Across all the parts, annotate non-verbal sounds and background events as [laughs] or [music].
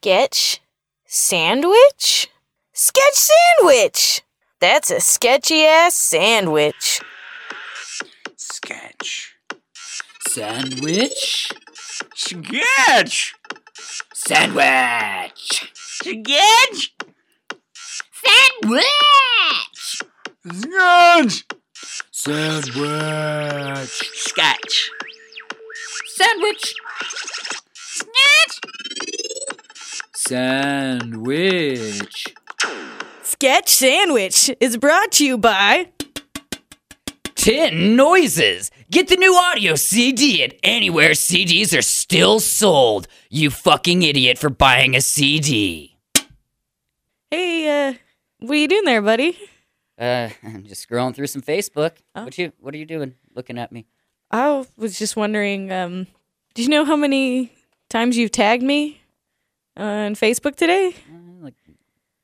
sketch sandwich? Sketch sandwich! That's a sketchy ass sandwich. Sketch. Sandwich? Sketch. Sandwich! Sketch. Sandwich! Sketch. Sandwich! Sketch. Sandwich! Sandwich! Sketch sandwich is brought to you by 10 Noises. Get the new audio CD at anywhere CDs are still sold. You fucking idiot for buying a CD. Hey, uh, what are you doing there, buddy? Uh, [laughs] I'm just scrolling through some Facebook. Oh. What you? What are you doing? Looking at me? I was just wondering, um, do you know how many times you've tagged me on Facebook today? Uh, like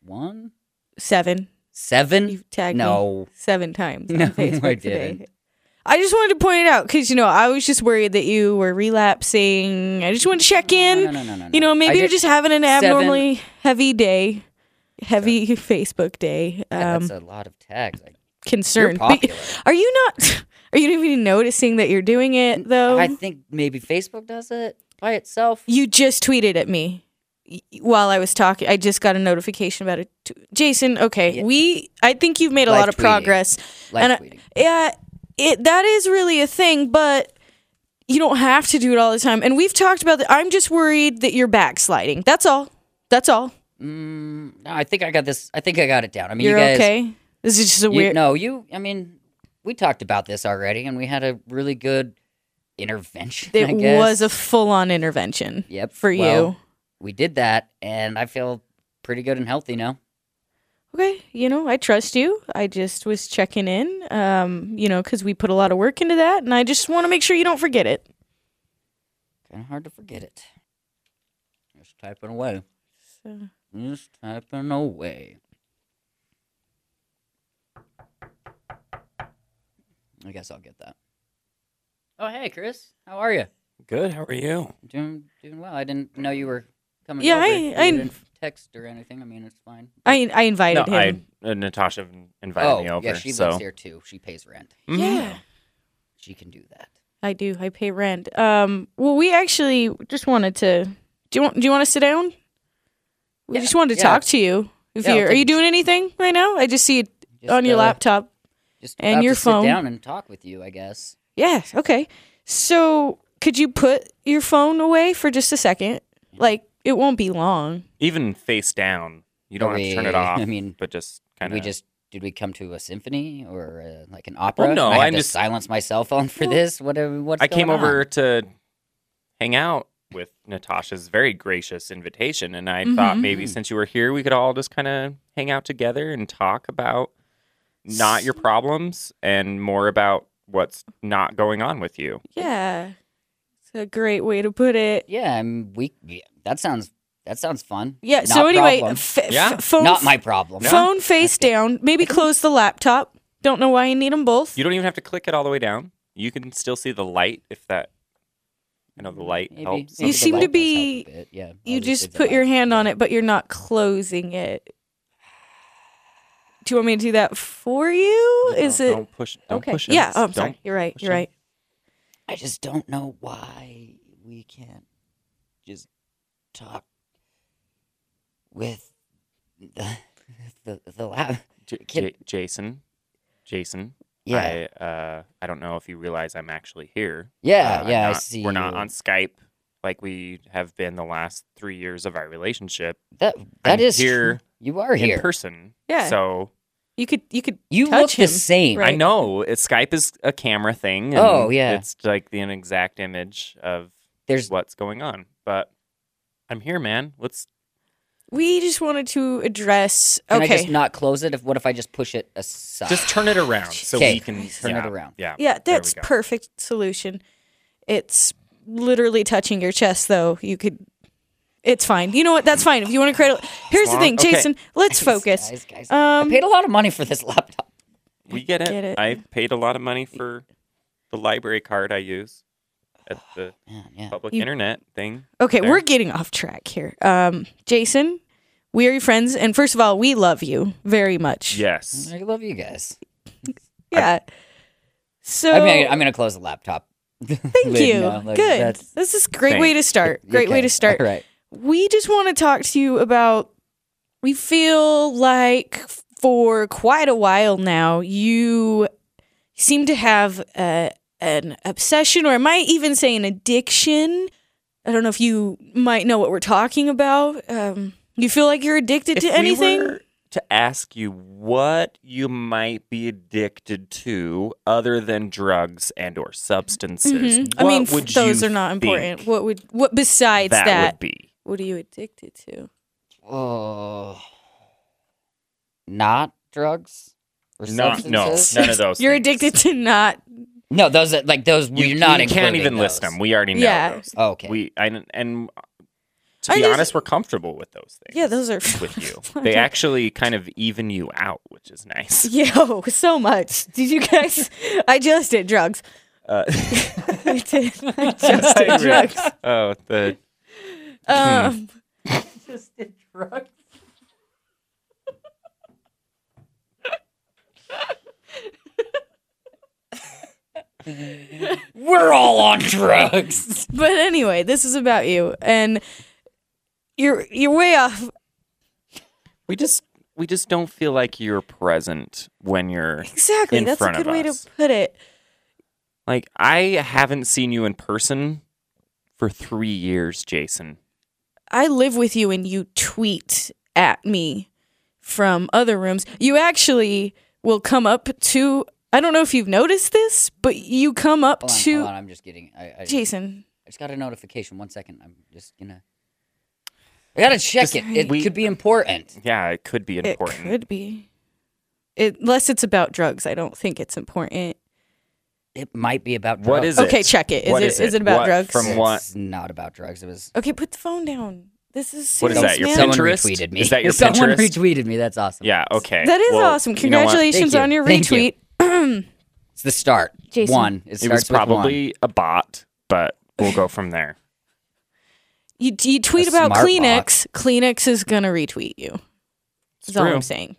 one, Seven. seven? You've tagged me No, seven times [laughs] No, on Facebook I today. didn't. I just wanted to point it out because you know I was just worried that you were relapsing. I just wanted to check in. no, no, no, no, no. You know, maybe I you're did- just having an seven- abnormally heavy day, heavy [laughs] Facebook day. Yeah, Um, that's a lot of tags. I, concerned. you're But popular. [laughs] are you not? [laughs] Are you not even noticing that you're doing it though? Mm, I think maybe Facebook does it by itself. You just tweeted at me y- while I was talking. I just got a notification about it. tw- Jason, okay, Yeah. we. I think you've made a Live lot of tweeting. progress. Live and I- tweeting. Yeah, it that is really a thing, but you don't have to do it all the time. And we've talked about that. I'm just worried that you're backsliding. That's all. That's all. Mm, no, I think I got this. I think I got it down. I mean, You're you guys. okay. This is just a you- weird. no, you. I mean, we talked about this already, and we had a really good intervention. it I guess. was a full-on intervention. Yep, For well, we did that, and I feel pretty good and healthy now. you. Okay. You know, I trust you. I just was checking in. Um, you know, because we put a lot of work into that, and I just want to make sure you don't forget it. Kind of hard to forget it. Just typing away. So. Just typing away. I guess I'll get that. Oh, hey, Chris. How are you? Good. How are you? Doing doing well. I didn't know you were coming Yeah, over. I- You I- didn't text or anything. I mean, it's fine. I I No, invited I him. uh, Natasha invited oh, me over. yeah, she so. lives here too. She pays rent. Mhm. Yeah, She can do that. I do. I pay rent. Um, well, we actually just wanted to. Do you want? Do you want to sit down? We Yeah, just wanted to yeah. talk to you. If Yeah, I'll you're, are take you a doing anything right now? I just see it Just, on your uh, laptop. Just and about your to phone. Sit down and talk with you. I guess. Yes. Okay. So could you put your phone away for just a second? Like it won't be long. Even face down. You don't have to turn We- it off. I mean, [laughs] but just Did kind of. we just did we come to a symphony or uh, like an opera? no, I have I'm to just- silence my cell phone for this. What are, what's I came going over on? to hang out with Natasha's very gracious invitation, and I thought Mhm. Mm-hmm. maybe since you were here, we could all just kind of hang out together and talk about not your problems and more about what's not going on with you. Yeah. It's a great way to put it. Yeah, I'm we. Yeah, that sounds that sounds fun. Yeah. Not so anyway, problem. f- f- Yeah. phone not my problem. phone [laughs] face down. Maybe close the laptop. Don't know why you need them both. You don't even have to click it all the way down. You can still see the light if that. I know the light Mm, Maybe- helps. maybe You the seem to light does be- help a bit, Yeah, You I'll just leave the put light. your hand on it, but you're not closing it. Do you want me to do that for you? Is don't, it Don't push. Don't okay? push. yeah. it. Oh, I'm Don't- sorry. You're right. push You're him. right. I just don't know why we can't just talk with the [laughs] the, the lab. J- Can- J- Jason, Jason. Yeah, I, uh, I don't know if you realize I'm actually here. yeah, Uh, I'm yeah. I not- see. We're not you. on Skype like we have been the last three years of our relationship. that. That I'm is true. here You are in here. person. Yeah. So You could. You could. You touch look him. the same. Right. I know it, Skype is a camera thing. and Oh, yeah. It's like the exact image of There's what's going on. But I'm here, man. Let's. We just wanted to address. Can okay. I just not close it? If what if I just push it aside? Just turn it around Ah, so Okay, we can turn it yeah, around. Yeah. Yeah, There we that's go. perfect solution. It's literally touching your chest, though. You could. It's fine. You know what? That's fine. If you want to cradle. Here's the long- thing, okay. Jason. [laughs] Let's focus. Guys, guys, I Um, paid a lot of money for this laptop. We get it. Get it. I paid a lot of money for the library card I use. at the Man, yeah. public You- internet thing. Okay, There. we're getting off track here. Um, Jason, we are your friends, and first of all, we love you very much. Yes. I love you guys. Yeah. So I mean, I'm gonna close the laptop. [laughs] thank you. Good. this is a great way to start. Great way to start. All right. We just want to talk to you about. We feel like for quite a while now, you seem to have uh an obsession, or I might even say an addiction. I don't know if you might know what we're talking about. Um, you feel like you're addicted to If we anything? were to ask you what you might be addicted to other than drugs and or substances, Mhm. I mean, what would f- those you are not important. think What would what besides that? that, would be? What are you addicted to? Oh. Not drugs. Or Not, Uh, no, substances? none of those. You're things. addicted to not. No, those are like those. You, you're not. you can't including even list those. them. We already know Yeah. those. Okay. We I, and uh, to I be just- honest, we're comfortable with those things. Yeah, those are. [laughs] with you. They actually kind of even you out, which is nice. [laughs] Yo, so much. Did you guys? I just did drugs. Uh, [laughs] I [laughs] did. I just did drugs. Oh, the Hmm. Um, We're all on drugs. but anyway, this is about you, and you're you're way off. we just we just don't feel like you're present when you're Exactly. In That's front a of good way to us. put it. like I haven't seen you in person for three years, Jason. I live with you and you tweet at me from other rooms. You actually will come up to I don't know if you've noticed this, but you come up Hold on, to hold on. I'm just getting. I, I, just, Jason. I just got a notification. One second. I'm just gonna. I gotta check Just- it. It we- could be important. Yeah, it could be important. It could be. It, unless it's about drugs, I don't think it's important. It might be about drugs. What is it? Okay, check it. Is What it- is is it it about What- drugs? From what? It's not about drugs. It was. Okay, put the phone down. This is What serious, is that, your man. Pinterest? Someone retweeted me. Is that your [laughs] Someone Pinterest? retweeted me. That's awesome. Yeah. Okay. That is Well, awesome. you know what? Congratulations Thank you. on your Thank you. retweet. [clears throat] It's the start. Jason. One. It It was starts with one. probably a bot, but we'll go from there. You, you tweet A about smart Kleenex. box. Kleenex is gonna retweet you. [laughs] That's all true. I'm saying.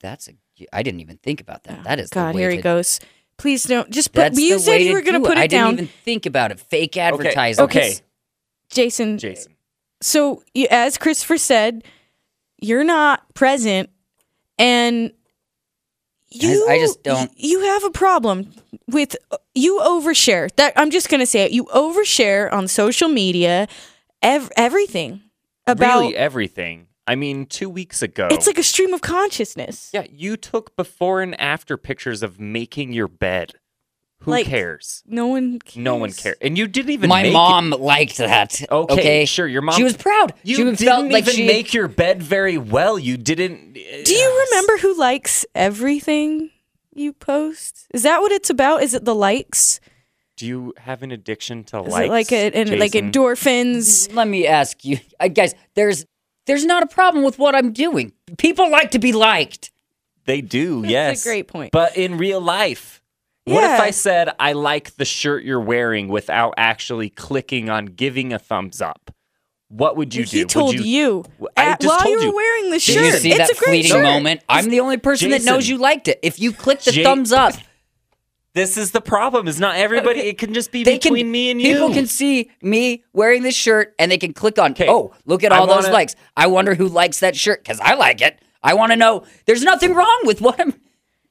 That's a. I didn't even think about that. That is. Oh, God, the way here to, he goes. Please don't. Just put. That's You the way said you to were going do to put I it down, didn't even think about it. Fake advertising. Okay. Jason. Jason. So you, as Christopher said, you're not present, and you. I just don't- You have a problem with you overshare. That I'm just going to say it. You overshare on social media, ev- everything about. really everything. I mean, two weeks ago. It's like a stream of consciousness. Yeah, you took before and after pictures of making your bed. Who Like- cares? No one. Cares. No one cares. And you didn't even My make mom liked that. It. Okay, sure. Your mom. She was proud. You she didn't felt like even she make your bed very well. You didn't. uh, Do you remember who likes everything you post? Is that what it's about? Is it the likes? Do you have an addiction to Is likes? it like a, and like Jason? endorphins? Let me ask you, I, guys. There's there's not a problem with what I'm doing. People like to be liked. They do. yes. That's a great point. But in real life, what if Yeah. I said I like the shirt you're wearing without actually clicking on giving a thumbs up? What would you do? he Would told you- you, I at- just while told you you. were wearing the Did shirt. you Did you see it's that a great fleeting shirt. moment? I'm the only person that knows Jason. you liked it. If you click the Ja- thumbs up, This is the problem. Is not everybody. It can just be they can between me and you. people can see me wearing this shirt and they can click on. 'Kay. Oh, look at I all those wanna- likes. I wonder who likes that shirt because I like it. I want to know. There's nothing wrong with what I'm.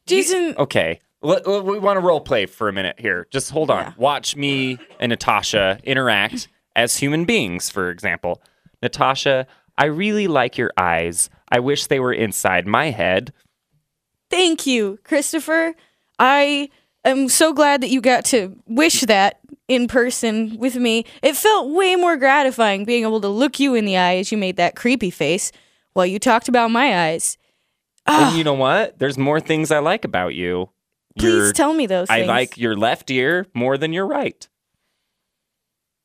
Jason, okay. Let- let- we want to role play for a minute here. Just hold on. Yeah. Watch me and Natasha interact as human beings, for example. Natasha, I really like your eyes. I wish they were inside my head. thank you, Christopher. I am so glad that you got to wish that in person with me. It felt way more gratifying being able to look you in the eye as you made that creepy face while you talked about my eyes. And you know what? There's more things I like about you. Please Your- tell me those I things. like your left ear more than your right.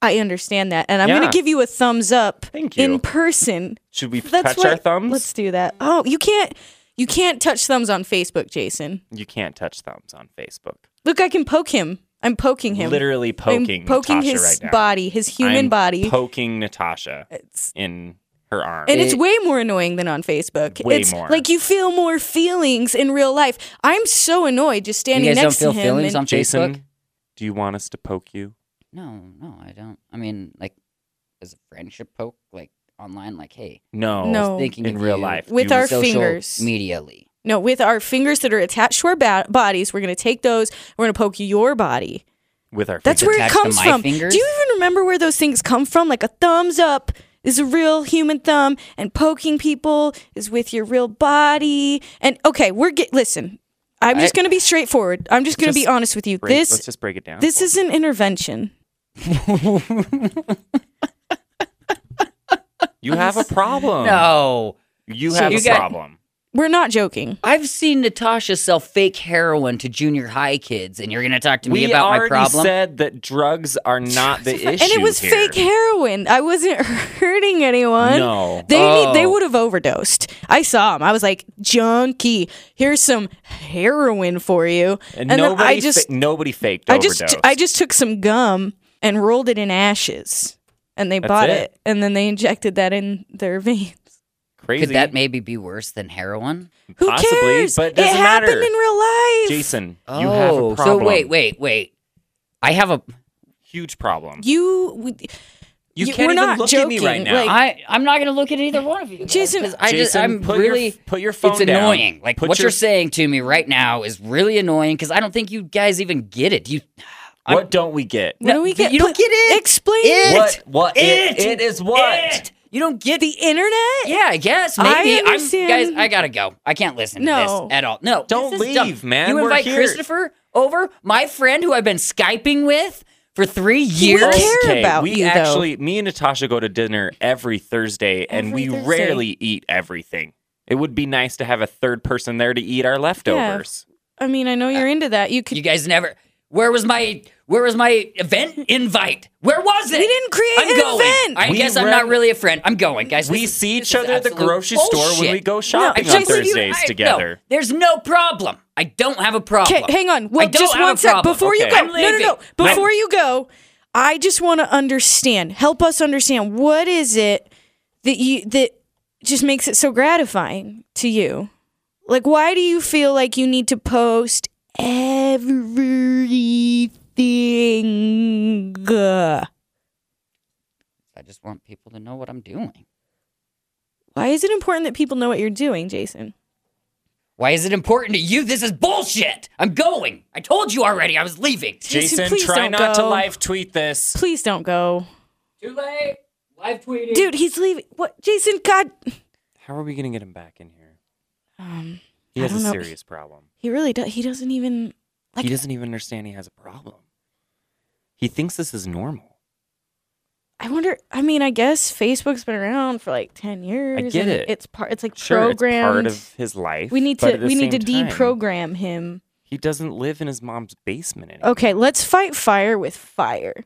I understand that, and I'm Yeah. going to give you a thumbs up. Thank you. in person. Should we That's touch what, our thumbs? Let's do that. Oh, you can't. You can't touch thumbs on Facebook, Jason. You can't touch thumbs on Facebook. Look, I can poke him. I'm poking him. Literally I'm poking, poking Natasha his right now. body, his human I'm body. Uh, poking Natasha It's- in her arm. and it's It- way more annoying than on Facebook. Way it's more. like you feel more feelings in real life. I'm so annoyed just You standing guys don't next feel to him. feelings and- on Jason, Facebook? do you want us to poke you? No, no, I don't. I mean, like, as a friendship poke, like online, like, hey, No. No. just thinking In of real you life. With you our social fingers. medially. no, with our fingers that are attached to our ba- bodies, we're going to take those. We're going to poke your body. with our That's fingers. where it attached to comes my from. fingers? Do you even remember where those things come from? Like a thumbs up is a real human thumb, and poking people is with your real body. And okay, we're get listen. I'm just I- going to be straightforward. I'm just going to be Just honest with you. Break- this let's just break it down. this is an intervention. you [laughs] have a problem. No. You So have you a got- problem. We're not joking. I've seen Natasha sell fake heroin to junior high kids, and you're going to talk to me we about my already problem? said that drugs [laughs] are not the issue. and it was here. fake heroin. I wasn't [laughs] hurting anyone. No. They need, they Oh. would have overdosed. I saw him. I was like, junkie. Here's some heroin for you. And, then nobody, I just fa- nobody faked I overdose. just I just took some gum and rolled it in ashes, and they That's bought it. it. and then they injected that in their veins. crazy. Could that maybe be worse than heroin? Who Possibly, cares? but it it doesn't happened matter. in real life. Oh, Jason, you have a problem. so wait, wait, wait. I have a. Huge problem. you would- you- You can't we're even not look at me joking, right now. like- I I'm not gonna look at either one of you. guys, Jason- 'cause I Jason, just I'm put really your, put your phone it's down. annoying. Like Put what your- you're saying to me right now is really annoying because I don't think you guys even get it. You I'm- What don't we get? what do we get? you don't get it. Explain It. What? What? It. it is what? It. You don't get the internet. Yeah, I guess I maybe. I'm- understand. guys, I gotta go. I can't listen No. to this at all. No, Don't this is dumb. leave, man. You We're invite here. Christopher over, my friend who I've been skyping with for three We years. care okay, about we you, though. actually, me and Natasha go to dinner every Thursday, and Every we Thursday. rarely eat everything. It would be nice to have a third person there to eat our leftovers. I mean, I know you're Uh, into that. You could. You guys never. Where was my Where was my event invite? Where was it? we didn't create I'm an going. event. I We guess I'm ran- not really a friend. I'm going, guys. We This is- see this each is other at the absolute grocery store when bullshit. we go shopping No, on Jason, you- Thursdays I- no, together. there's no problem. I don't have a problem. Okay, hang on. Well, I don't just have one a sec problem. before you Okay. go. I'm No, no, no. leaving. Before you go, I just want to understand. Help us understand what is it that you that just makes it so gratifying to you? Like why do you feel like you need to post everything? Why I just want people to know what I'm doing. is it important that people know what you're doing, Jason? Why is it important to you? This is bullshit. I'm going. I told you already. I was leaving. Jason, Jason, please try don't not to go. live tweet this. Please don't go. Too late. Live tweeting. Dude, he's leaving. What? Jason, God. How are we going to get him back in here? Um, He I has a don't know. serious problem. he really does. He doesn't even Like- he doesn't even understand he has a problem. He thinks this is normal. I wonder. I mean, I guess Facebook's been around for like ten years. get and it. It's part. It's like Sure, programmed. it's part of his life. we need but to. at the We need to same time, deprogram him. He doesn't live in his mom's basement anymore. Okay, let's fight fire with fire.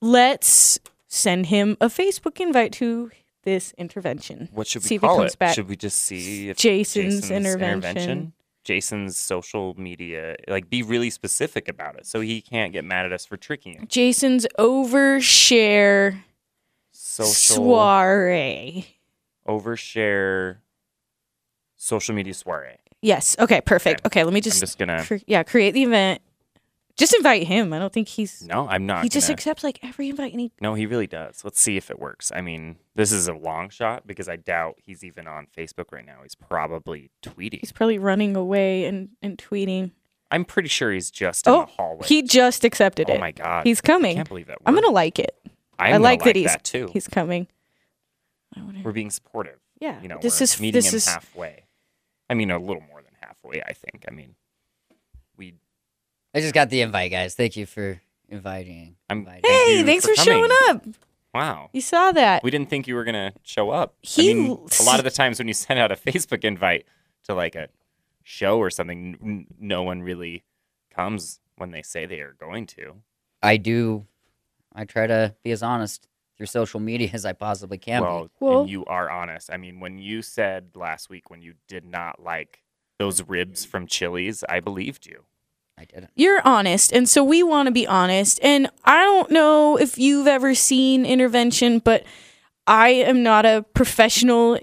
Let's send him a Facebook invite to this intervention. What should we See if he call comes it? back. Should we just see if Jason's intervention. intervention? Jason's social media, like be really specific about it, so he can't get mad at us for tricking him. Jason's overshare Social soiree. overshare, social media soiree. Yes. Okay. Perfect. Okay. let me just. I'm just gonna. cre- yeah. Create the event. Just invite him. I don't think he's. No, I'm not. he just gonna- accepts like every invite, and he no, he really does. Let's see if it works. I mean, this is a long shot because I doubt he's even on Facebook right now. He's probably tweeting. He's probably running away and, and tweeting. I'm pretty sure he's just in Oh, the hallway. he just accepted oh it. my god, He's I coming. can't believe that. I'm gonna worked. like it. I'm I gonna like, that he's that too. he's coming. I wonder- we're being supportive. yeah, You know, this we're is meeting this him is halfway. I mean, a little more than halfway. I think. I mean, we. I just got the invite, guys. Thank you for inviting. I'm- inviting. Thank hey, you thanks for, for showing coming. up. Wow. You saw that. We didn't think you were gonna show up. He- I mean, a lot of the times when you send out a Facebook invite to like a show or something, n- no one really comes when they say they are going to. I do. I try to be as honest through social media as I possibly can. be. well, Well- and you are honest. I mean, when you said last week when you did not like those ribs from Chili's, I believed you. I didn't. You're honest, and so we want to be honest. And I don't know if you've ever seen intervention, but I am not a professional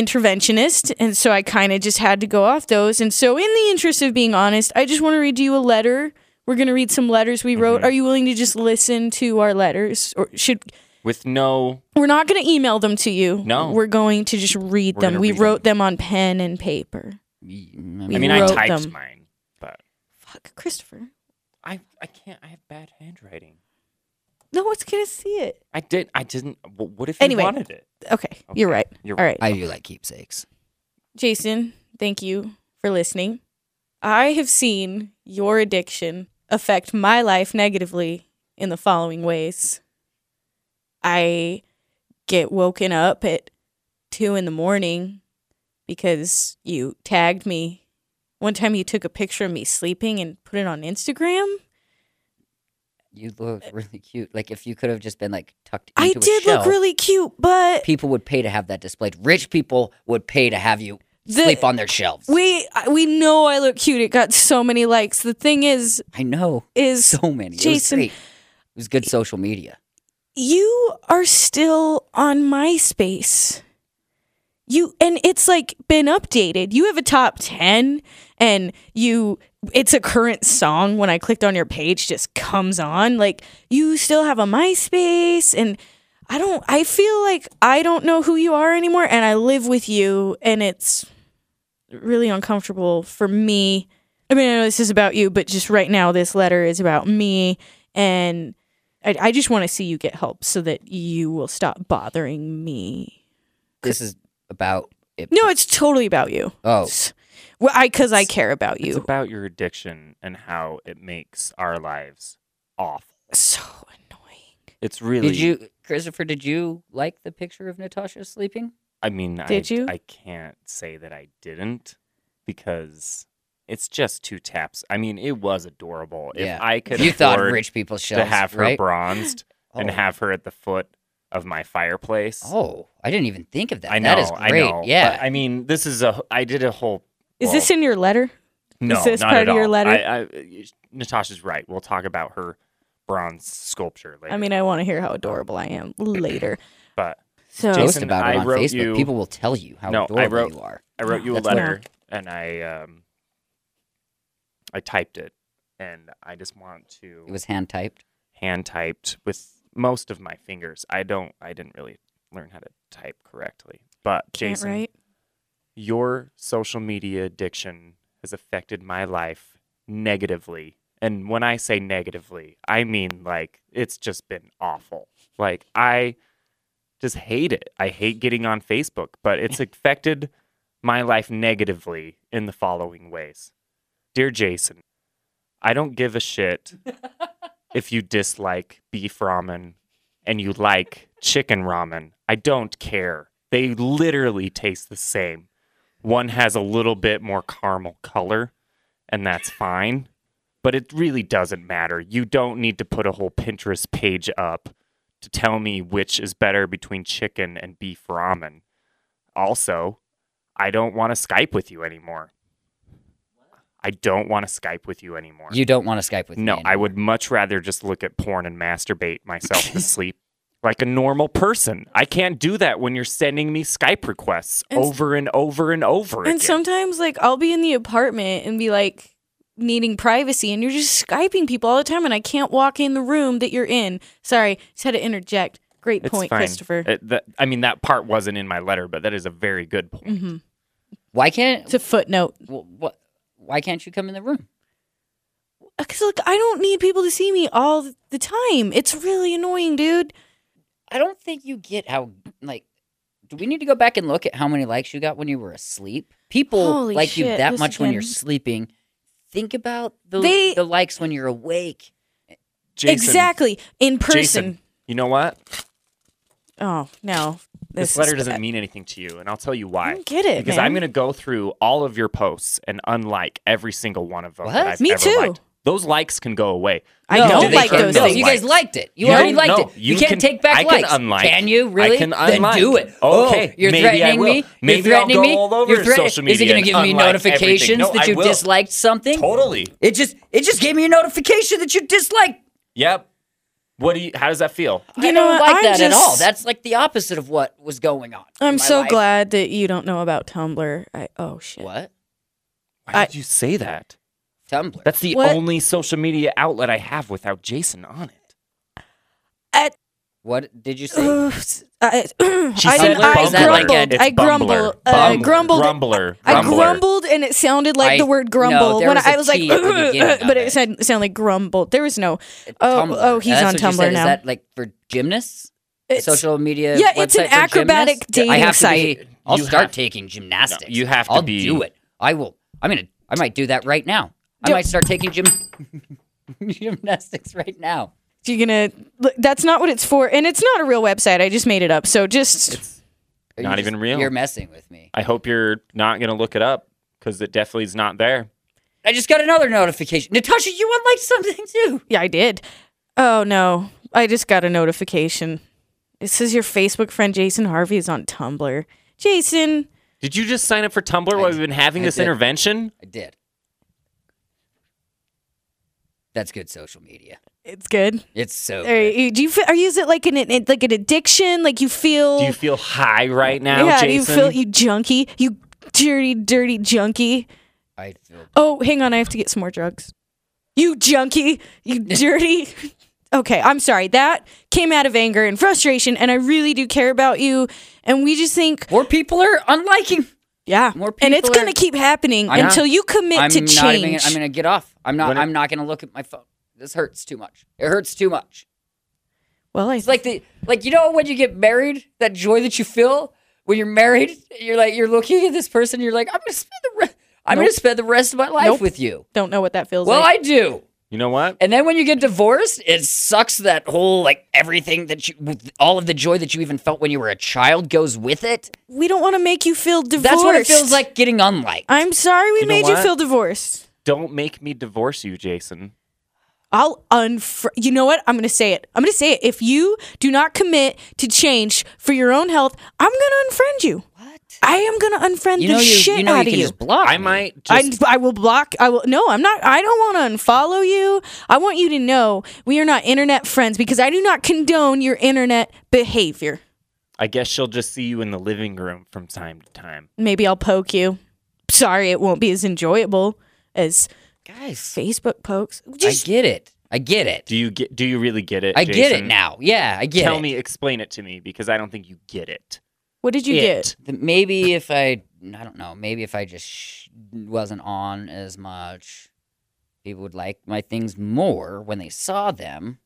interventionist, and so I kind of just had to go off those. And so, in the interest of being honest, I just want to read you a letter. We're going to read some letters we Mm-hmm. wrote. Are you willing to just listen to our letters, or should With no, we're not going to email them to you? No. we're going to just read We're them. gonna We read wrote them. on pen and paper. y- We I mean, I wrote typed them. mine, but Fuck, Christopher. I, I can't. I have bad handwriting. No one's going to see it. I did. I didn't. wh- What if you Anyway. wanted it? Okay, you're Okay, right. you're All right. I do like keepsakes. Jason, thank you for listening. I have seen your addiction affect my life negatively in the following ways. I get woken up at two in the morning because you tagged me. One time you took a picture of me sleeping and put it on Instagram. You look really cute. Like if you could have just been like tucked into I a did look shell, really cute, but People would pay to have that displayed. Rich people would pay to have you The- sleep on their shelves. we I- we know I look cute. It got so many likes. The thing is I know [laughs] is so many. It was Jason- great. It was good social media. you are still on MySpace. You and it's like been updated. You have a top 10 and you it's a current song when I clicked on your page just comes on. Like you still have a MySpace and I don't I feel like I don't know who you are anymore and I live with you and it's really uncomfortable for me. I mean, I know this is about you, but just right now this letter is about me and I, I just want to see you get help so that you will stop bothering me. This is about it. No, it's totally about you. Oh, S- Well, I because I care about It's you about your addiction and how it makes our lives awful. so annoying. It's really. did you, Christopher? Did you like the picture of Natasha sleeping? I mean, Did I, you? I can't say that I didn't because it's just two taps. I mean, it was adorable. Yeah. If I could you thought afford rich people shelves to have her right? bronzed oh. and have her at the foot of my fireplace. Oh, I didn't even think of that. I know. that is I great. know. Yeah. But, I mean, this is a. I did a whole. Is this well, in your letter? no, is this not part at of your all. letter? I, I, Natasha's right. We'll talk about her bronze sculpture later. I mean, I want to hear how adorable I am [clears throat] later. but So Jason- post about it I on wrote Facebook. you- People will tell you how No, I adorable wrote- you are. I wrote you a Oh, That's weird. letter and I um I typed it and I just want to It was hand typed. hand typed with most of my fingers. I don't I didn't really learn how to type correctly. But can't Jason, write. your social media addiction has affected my life negatively. And when I say negatively, I mean like it's just been awful. Like I just hate it. I hate getting on Facebook, but it's affected my life negatively in the following ways. Dear Jason, I don't give a shit if you dislike beef ramen and you like chicken ramen. I don't care. They literally taste the same. One has a little bit more caramel color, and that's fine. But it really doesn't matter. You don't need to put a whole Pinterest page up to tell me which is better between chicken and beef ramen. Also, I don't want to Skype with you anymore. I don't want to Skype with you anymore. You don't want to Skype with No, me. I would much rather just look at porn and masturbate myself [laughs] to sleep like a normal person. I can't do that when you're sending me Skype requests And s- over and over and over again. And sometimes, like, I'll be in the apartment and be like needing privacy, and you're just skyping people all the time, and I can't walk in the room that you're in. Sorry, just had to interject. Great It's point, fine. Christopher. It- that- I mean, that part wasn't in my letter, but that is a very good point. hmm Why can't? [laughs] It's a footnote. what? Why can't you come in the room? Because look, I don't need people to see me all th- the time. It's really annoying, dude. I don't think you get how like. Do we need to go back and look at how many likes you got when you were asleep? People Holy like you shit, that this much when you're again. sleeping. Think about the They- the likes when you're awake. Jason, exactly in person. Jason, you know what? Oh no, This, is letter doesn't bad. mean anything to you, and I'll tell you I why. don't get it because man. I'm going to go through all of your posts and unlike every single one of them. What? That I've Me ever too. liked. Those likes can go away. I No, do don't they like turn those no No, things. you guys liked it. You No, already liked no, it. You, you can't can- take back I can likes. unlike. Can you really? I can Then unlike. do it. Okay, oh, you're maybe I threatening will. me. Maybe you're threatening I'll go me. all over you're threat- social Is it media going to give and me unlike notifications everything. No, that I you will. disliked something? Totally. It just it just gave me a notification that you disliked. Yep. What do you? How does that feel? You I know what? don't like I'm that at all. just- That's like the opposite of what was going on. in I'm my so life. glad that you don't know about Tumblr. I, oh shit. What Why I- did you say that? Tumblr? That's the What? only social media outlet I have without Jason on it. what did [gasps] you say? Ugh, I, [clears throat] She I, said didn't- I Bumbler. grumbled. It's I grumbled. Uh, Bumbler. I Bumbler. grumbled. Grumbler. I Grumbler. grumbled and it sounded like I- the word no, grumble there when was I a was like, [clears throat] T at the beginning of but it it. said, sounded like grumbled. There was no. It- oh, Uh, Tumblr. oh, he's That's on what you Tumblr said. now. Is that like for gymnasts? It's, Social media. Yeah, it's an website for acrobatic gymnasts? Yeah, I dating have to be- site. I'll You start have- taking gymnastics. you have to I'll be- do it. I will. I'm gonna. I might do that right now. I Do- might start taking gym [laughs] gymnastics right now. You're gonna. look, That's not what it's for, and it's not a real website. I just made it up. So just Are Not you even real. You're messing with me. I hope you're not gonna look it up because it definitely is not there. I just got another notification. Natasha, you unliked something too. yeah, I did. Oh no, I just got a notification. It says your Facebook friend Jason Harvey is on Tumblr. Jason, Did you just sign up for Tumblr while I- we've been having I this did. intervention? I did. That's good social media. it's good. It's so. Are Good. you, do you feel, are you is it like an, an like an addiction? Like you feel? Do you feel high right now, yeah, do you Jason? feel e- you junkie? You dirty, dirty junkie. I feel. Oh, hang on, I have to get some more drugs. You junkie, [laughs] you dirty. okay, I'm sorry. That came out of anger and frustration, and I really do care about you. And we just think, More people are unliking. yeah, More and it's people are- gonna keep happening I'm- until you commit I'm to not change. even. I'm gonna get off. I'm not. When it- I'm not gonna look at my phone. This hurts too much. It hurts too much. well, I It's like the like you know when you get married, that joy that you feel when you're married. You're like you're looking at this person. You're like I'm gonna spend the re- I'm gonna spend the rest of my life Nope. with you. don't know what that feels Well, like. I do. you know what? And then when you get divorced, it sucks that whole like everything that you, with all of the joy that you even felt when you were a child goes with it. we don't want to make you feel divorced. That's what it feels like getting unliked. I'm sorry we You know made you what? feel divorced. Don't make me divorce you, Jason. I'll unfr. You know what? I'm gonna say it. I'm gonna say it. If you do not commit to change for your own health, I'm gonna unfriend you. What? I am gonna unfriend You the know you, shit you know out you of can you. just block. I Mm. me. might I, just. I will block. I will. No, I'm not. I don't want to unfollow you. I want you to know we are not internet friends because I do not condone your internet behavior. I guess she'll just see you in the living room from time to time. Maybe I'll poke you. Sorry, it won't be as enjoyable as guys. Facebook pokes. I Just get it. I get it. Do you get? Do you really get it? I get it Jason? now. Yeah, I get Tell it. me, explain it to me because I don't think you get it. what did you it. Th- Maybe if I, I don't know. Maybe if I just sh- wasn't on as much, people would like my things more when they saw them,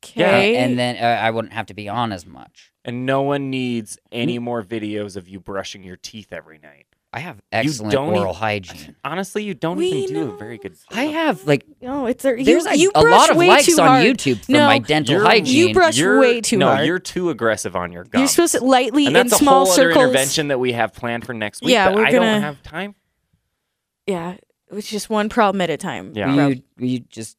get? Yeah, uh, Okay. and then uh, I wouldn't have to be on as much. And no one needs any more videos of you brushing your teeth every [laughs] night. I have excellent don't e oral eat- hygiene. Honestly, you don't We even do know. a very good. job. I have like no, Oh, it's there. You, there's like, you a brush lot of way likes too on hard. YouTube for No, my dental You're- hygiene. You brush You're- way too no, hard. you're too aggressive on your gums. You're supposed to lightly and that's in a small whole circles. other intervention that we have planned for next week. Yeah, but we're I gonna- don't have time. Yeah, it's just one problem at a time. Yeah. will, bro. you, will you just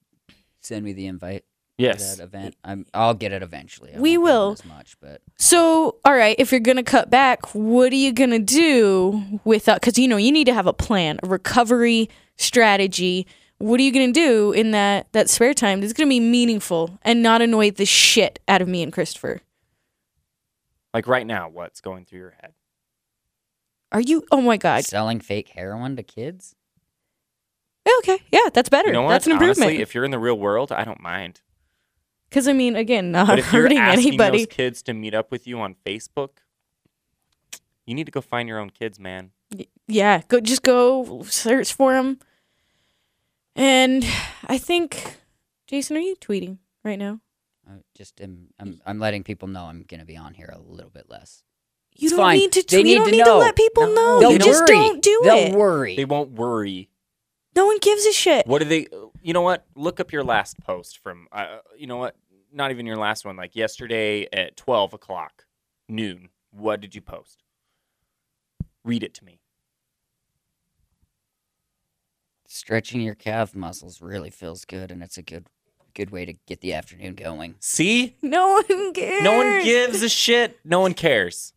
send me the invite Yes. to that event? I'm, I'll get it eventually. I We won't be on will. as much, but So, all right, if you're going to cut back, what are you going to do with that? Because, you know, you need to have a plan, a recovery strategy. What are you going to do in that, that spare time that's going to be meaningful and not annoy the shit out of me and Christopher? Like right now, what's going through your head? Are you, oh my God. selling fake heroin to kids. Okay. Yeah, that's better. You know what? that's an Honestly, improvement. if you're in the real world, I don't mind. Because, I mean, again, not But if you're hurting asking anybody. those kids to meet up with you on Facebook, you need to go find your own kids, man. yeah, go just go search for them. And I think, Jason, are you tweeting right now? I just am, I'm, I'm letting people know I'm going to be on here a little bit less. You It's don't fine. need to. They you need don't to need to know. let people know. No, They'll you just worry. don't do They'll it. worry. They won't worry. No one gives a shit. What do they? You know what? Look up your last post from. Uh, you know what? Not even your last one. Like yesterday at twelve o'clock noon. What did you post? Read it to me. Stretching your calf muscles really feels good, and it's a good good way to get the afternoon going. See? [laughs] No one cares. No one gives a shit. No one cares.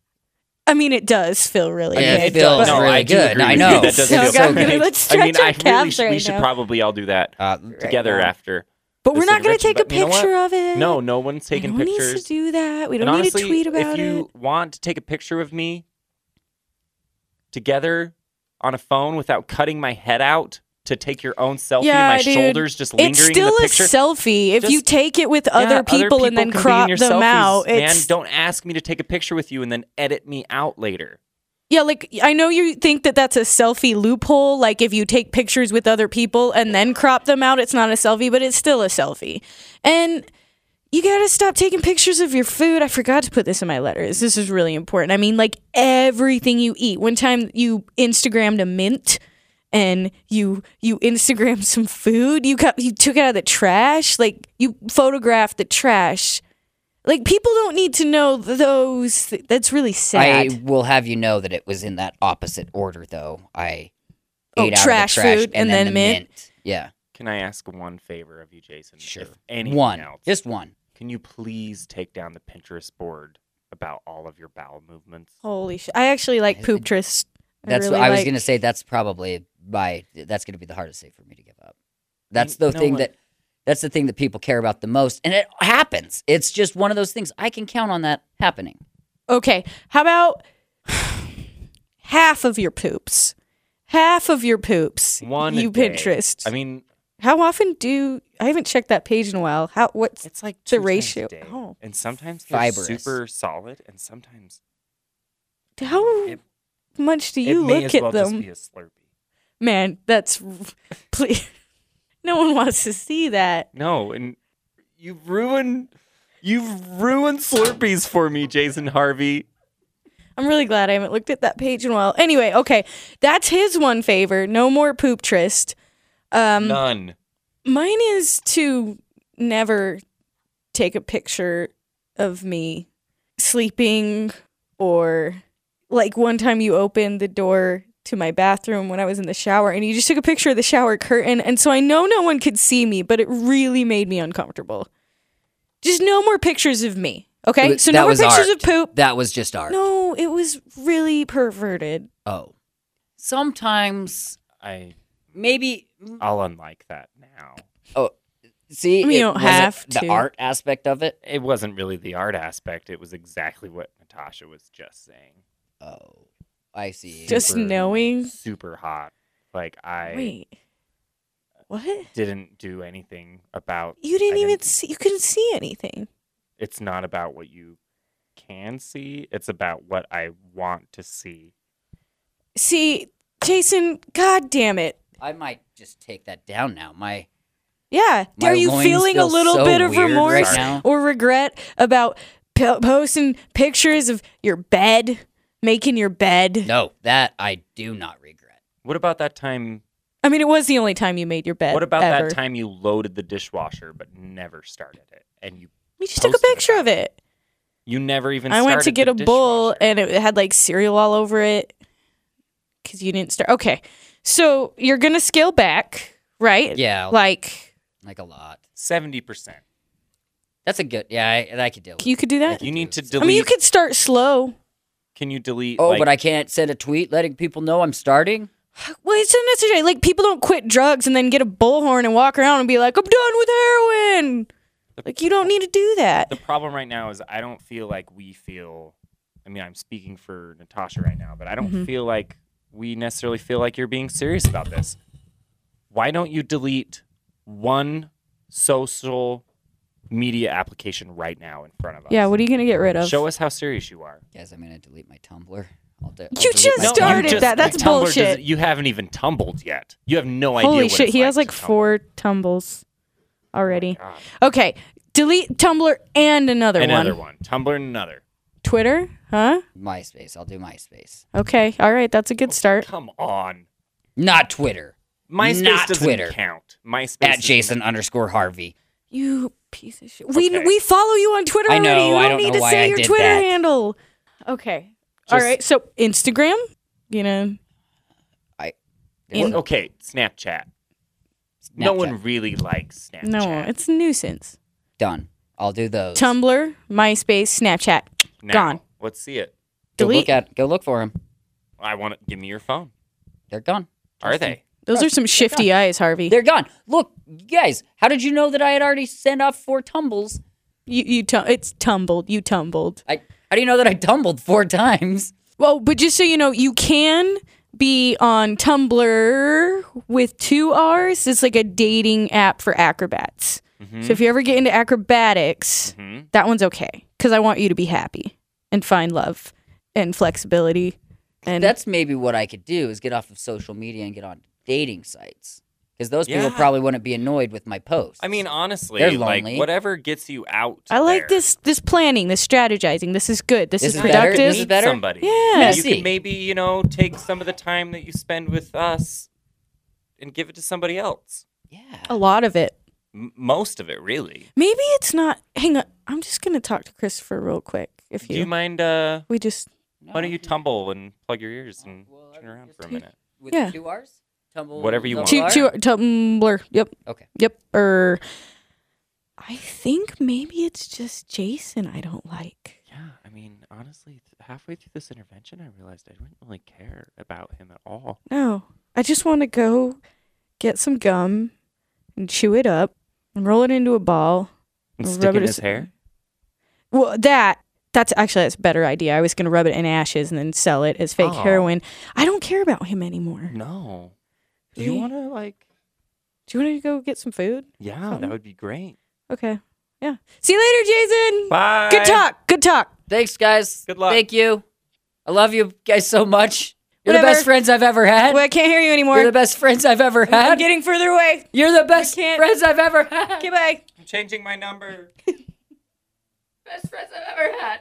I mean, it does feel really Yeah, good. it feels but- No, really I do good. agree I with you. know. That does Oh, feel God, so I'm gonna- good. let's I mean, stretch our I really calves sh- we right should now. probably all do that Uh, together now. after. But we're This not is going rich, to take a but you know what? picture of it. No, no one's we taking don't pictures. need to do that. We don't and need honestly, to tweet about if you want to take a picture of me together on a phone without cutting my head out to take your own selfie, Yeah, my dude. shoulders just it. lingering It's still in the a picture. selfie. If Just- you take it with Yeah, other, people and then can be in crop your them selfies, out, man, it's don't ask me to take a picture with you and then edit me out later. yeah. Like I know you think that that's a selfie loophole. Like if you take pictures with other people and then crop them out, it's not a selfie, but it's still a selfie. And you gotta stop taking pictures of your food. I forgot to put this in my letters. This is really important. I mean, like everything you eat. One time you Instagrammed a mint and you you Instagrammed some food. You got you took it out of the trash. Like you photographed the trash. Like people don't need to know th- those. Th- that's really sad. I will have you know that it was in that opposite order, though. I Oh, ate out of the trash food and then the mint? Yeah, Can I ask one favor of you, Jason? Sure. If anything one, else, just one. can you please take down the Pinterest board about all of your bowel movements? Holy shit! I actually like poop tryst. That's really what I was like- gonna say. That's probably my. That's gonna be the hardest thing for me to give up. That's the no thing one- that. That's the thing that people care about the most, and it happens. It's just one of those things. I can count on that happening. Okay. How [sighs] about half of your poops? Half of your poops. One a you day. Pinterest. I mean, how often do I haven't checked that page in a while? How what's it's like The two times a ratio- day, oh. and sometimes they're Fibrous. super solid, and sometimes how it, much do it you may look as at well them? Just be a Slurpee. Man, that's [laughs] please. No one wants to see that. No, and you've ruined you've ruined Slurpees for me, Jason Harvey. I'm really glad I haven't looked at that page in a while. Anyway, okay, that's his one favor. No more poop tryst. Um, None. Mine is to never take a picture of me sleeping or like one time you opened the door to my bathroom when I was in the shower and you just took a picture of the shower curtain and so I know no one could see me but it really made me uncomfortable. Just no more pictures of me. Okay? It was- so that no more was pictures art. of poop. That was just art. No, it was really perverted. Oh, sometimes I maybe. I'll unlike that now. See, We it don't wasn't have the to. art aspect of it. It wasn't really the art aspect. It was exactly what Natasha was just saying. Oh, I see. Just Super- knowing? super hot. Like I Wait. What? didn't do anything about. You didn't I even didn't- see you couldn't see anything. It's not about what you can see. It's about what I want to see. See, Jason, god damn it. I might just take that down now. My Yeah. My Are you loins feeling a feel little so bit of weird remorse right now. or regret about p- posting pictures of your bed, making your bed? no, that I do not regret. What about that time? I mean, it was the only time you made your bed. What about E-, ever. that time you loaded the dishwasher but never started it, and you You just took a posted picture about of it. you never even. I went to started get the a bowl dishwasher. and it had like cereal all over it because you didn't start. Okay. So you're going to scale back, right? Yeah, like, Like, a lot. Seventy percent. That's a good. Yeah, I, I could deal with. you could do that? You need to I delete. mean, you could start slow. Can you delete? Oh, like, but I can't send a tweet letting people know I'm starting. Well, it's unnecessary. Like people don't quit drugs and then get a bullhorn and walk around and be like, "I'm done with heroin." Like you don't need to do that. the problem right now is I don't feel like we feel. I mean, I'm speaking for Natasha right now, but I don't Mm-hmm. feel like we necessarily feel like you're being serious about this. Why don't you delete one social media application right now in front of us? Yeah, what are you gonna get rid of? Show us how serious you are. Guys, I'm gonna delete my Tumblr. I'll do, You just you started that. That's Tumblr doesn't- bullshit. You haven't even tumbled yet. You have no idea. Holy what shit, it's he has like like to tumble. four tumbles already. God. Okay, delete Tumblr and another, Another one. one. Tumblr and another. Twitter, huh? MySpace. I'll do MySpace, Okay, all right, that's a good start. Come on. not Twitter. MySpace Not doesn't Twitter. count. MySpace At is- Jason underscore Harvey. You piece of shit. We Okay. we follow you on Twitter I know, already. You I don't, don't need know to why say I your did Twitter that. handle. Okay, all Just- right. So Instagram, you know, Well, okay, Snapchat. No Snapchat. one really likes Snapchat. No, it's a nuisance. Done. I'll do those. Tumblr, MySpace, Snapchat. Now, gone. Let's see it. go Delete. look at. Go look for them. I want to give me your phone. They're gone. Are they? Those are some shifty eyes, Harvey. They're gone. Look, you guys. How did you know that I had already sent off four tumbles? You, you tum- it's tumbled. You tumbled. I. How do you know that I tumbled four times? Well, but just so you know, you can be on Tumblr with two R's. It's like a dating app for acrobats. So if you ever get into acrobatics, Mhm. that one's okay because I want you to be happy and find love and flexibility. And That's maybe what I could do is get off of social media and get on dating sites because those people Yeah. probably wouldn't be annoyed with my post. I mean, honestly, They're like lonely. whatever gets you out. I like there. this this planning, this strategizing. This is good. This, This is is better. productive. This is Meet better? Somebody. Yeah. You could Messy. maybe you know take some of the time that you spend with us and give it to somebody else. yeah. a lot of it. M- most of it, really. Maybe it's not. Hang on. I'm just gonna talk to Christopher real quick. If Do you, you mind? Uh, we just why don't you tumble and plug your ears and Well, turn around [laughs] for a just- minute? With Yeah. two R's? Tumble. Whatever you want. two double two R? Tumblr. mm, Yep. Okay. Yep. Or I think maybe it's just Jason. I don't like. Yeah, I mean, honestly, th- halfway through this intervention, I realized I didn't really care about him at all. [laughs] No, I just want to go get some gum and chew it up and roll it into a ball. And Rub stick it in a his s- hair. Well, that that's actually that's a better idea. I was gonna rub it in ashes and then sell it as fake Oh. heroin. I don't care about him anymore. No. Do you Really? want to like? Do you want to go get some food? Yeah, Something? that would be great. Okay. Yeah. See you later, Jason. Bye. Good talk. Good talk. Thanks, guys. Good luck. Thank you. I love you guys so much. You're the Whatever. best friends I've ever had. Well, I can't hear you You're anymore. the best friends I've ever I'm had. getting further away. You're the best can't- friends I've ever had. Okay, bye. I'm changing my number. Best friends I've ever had.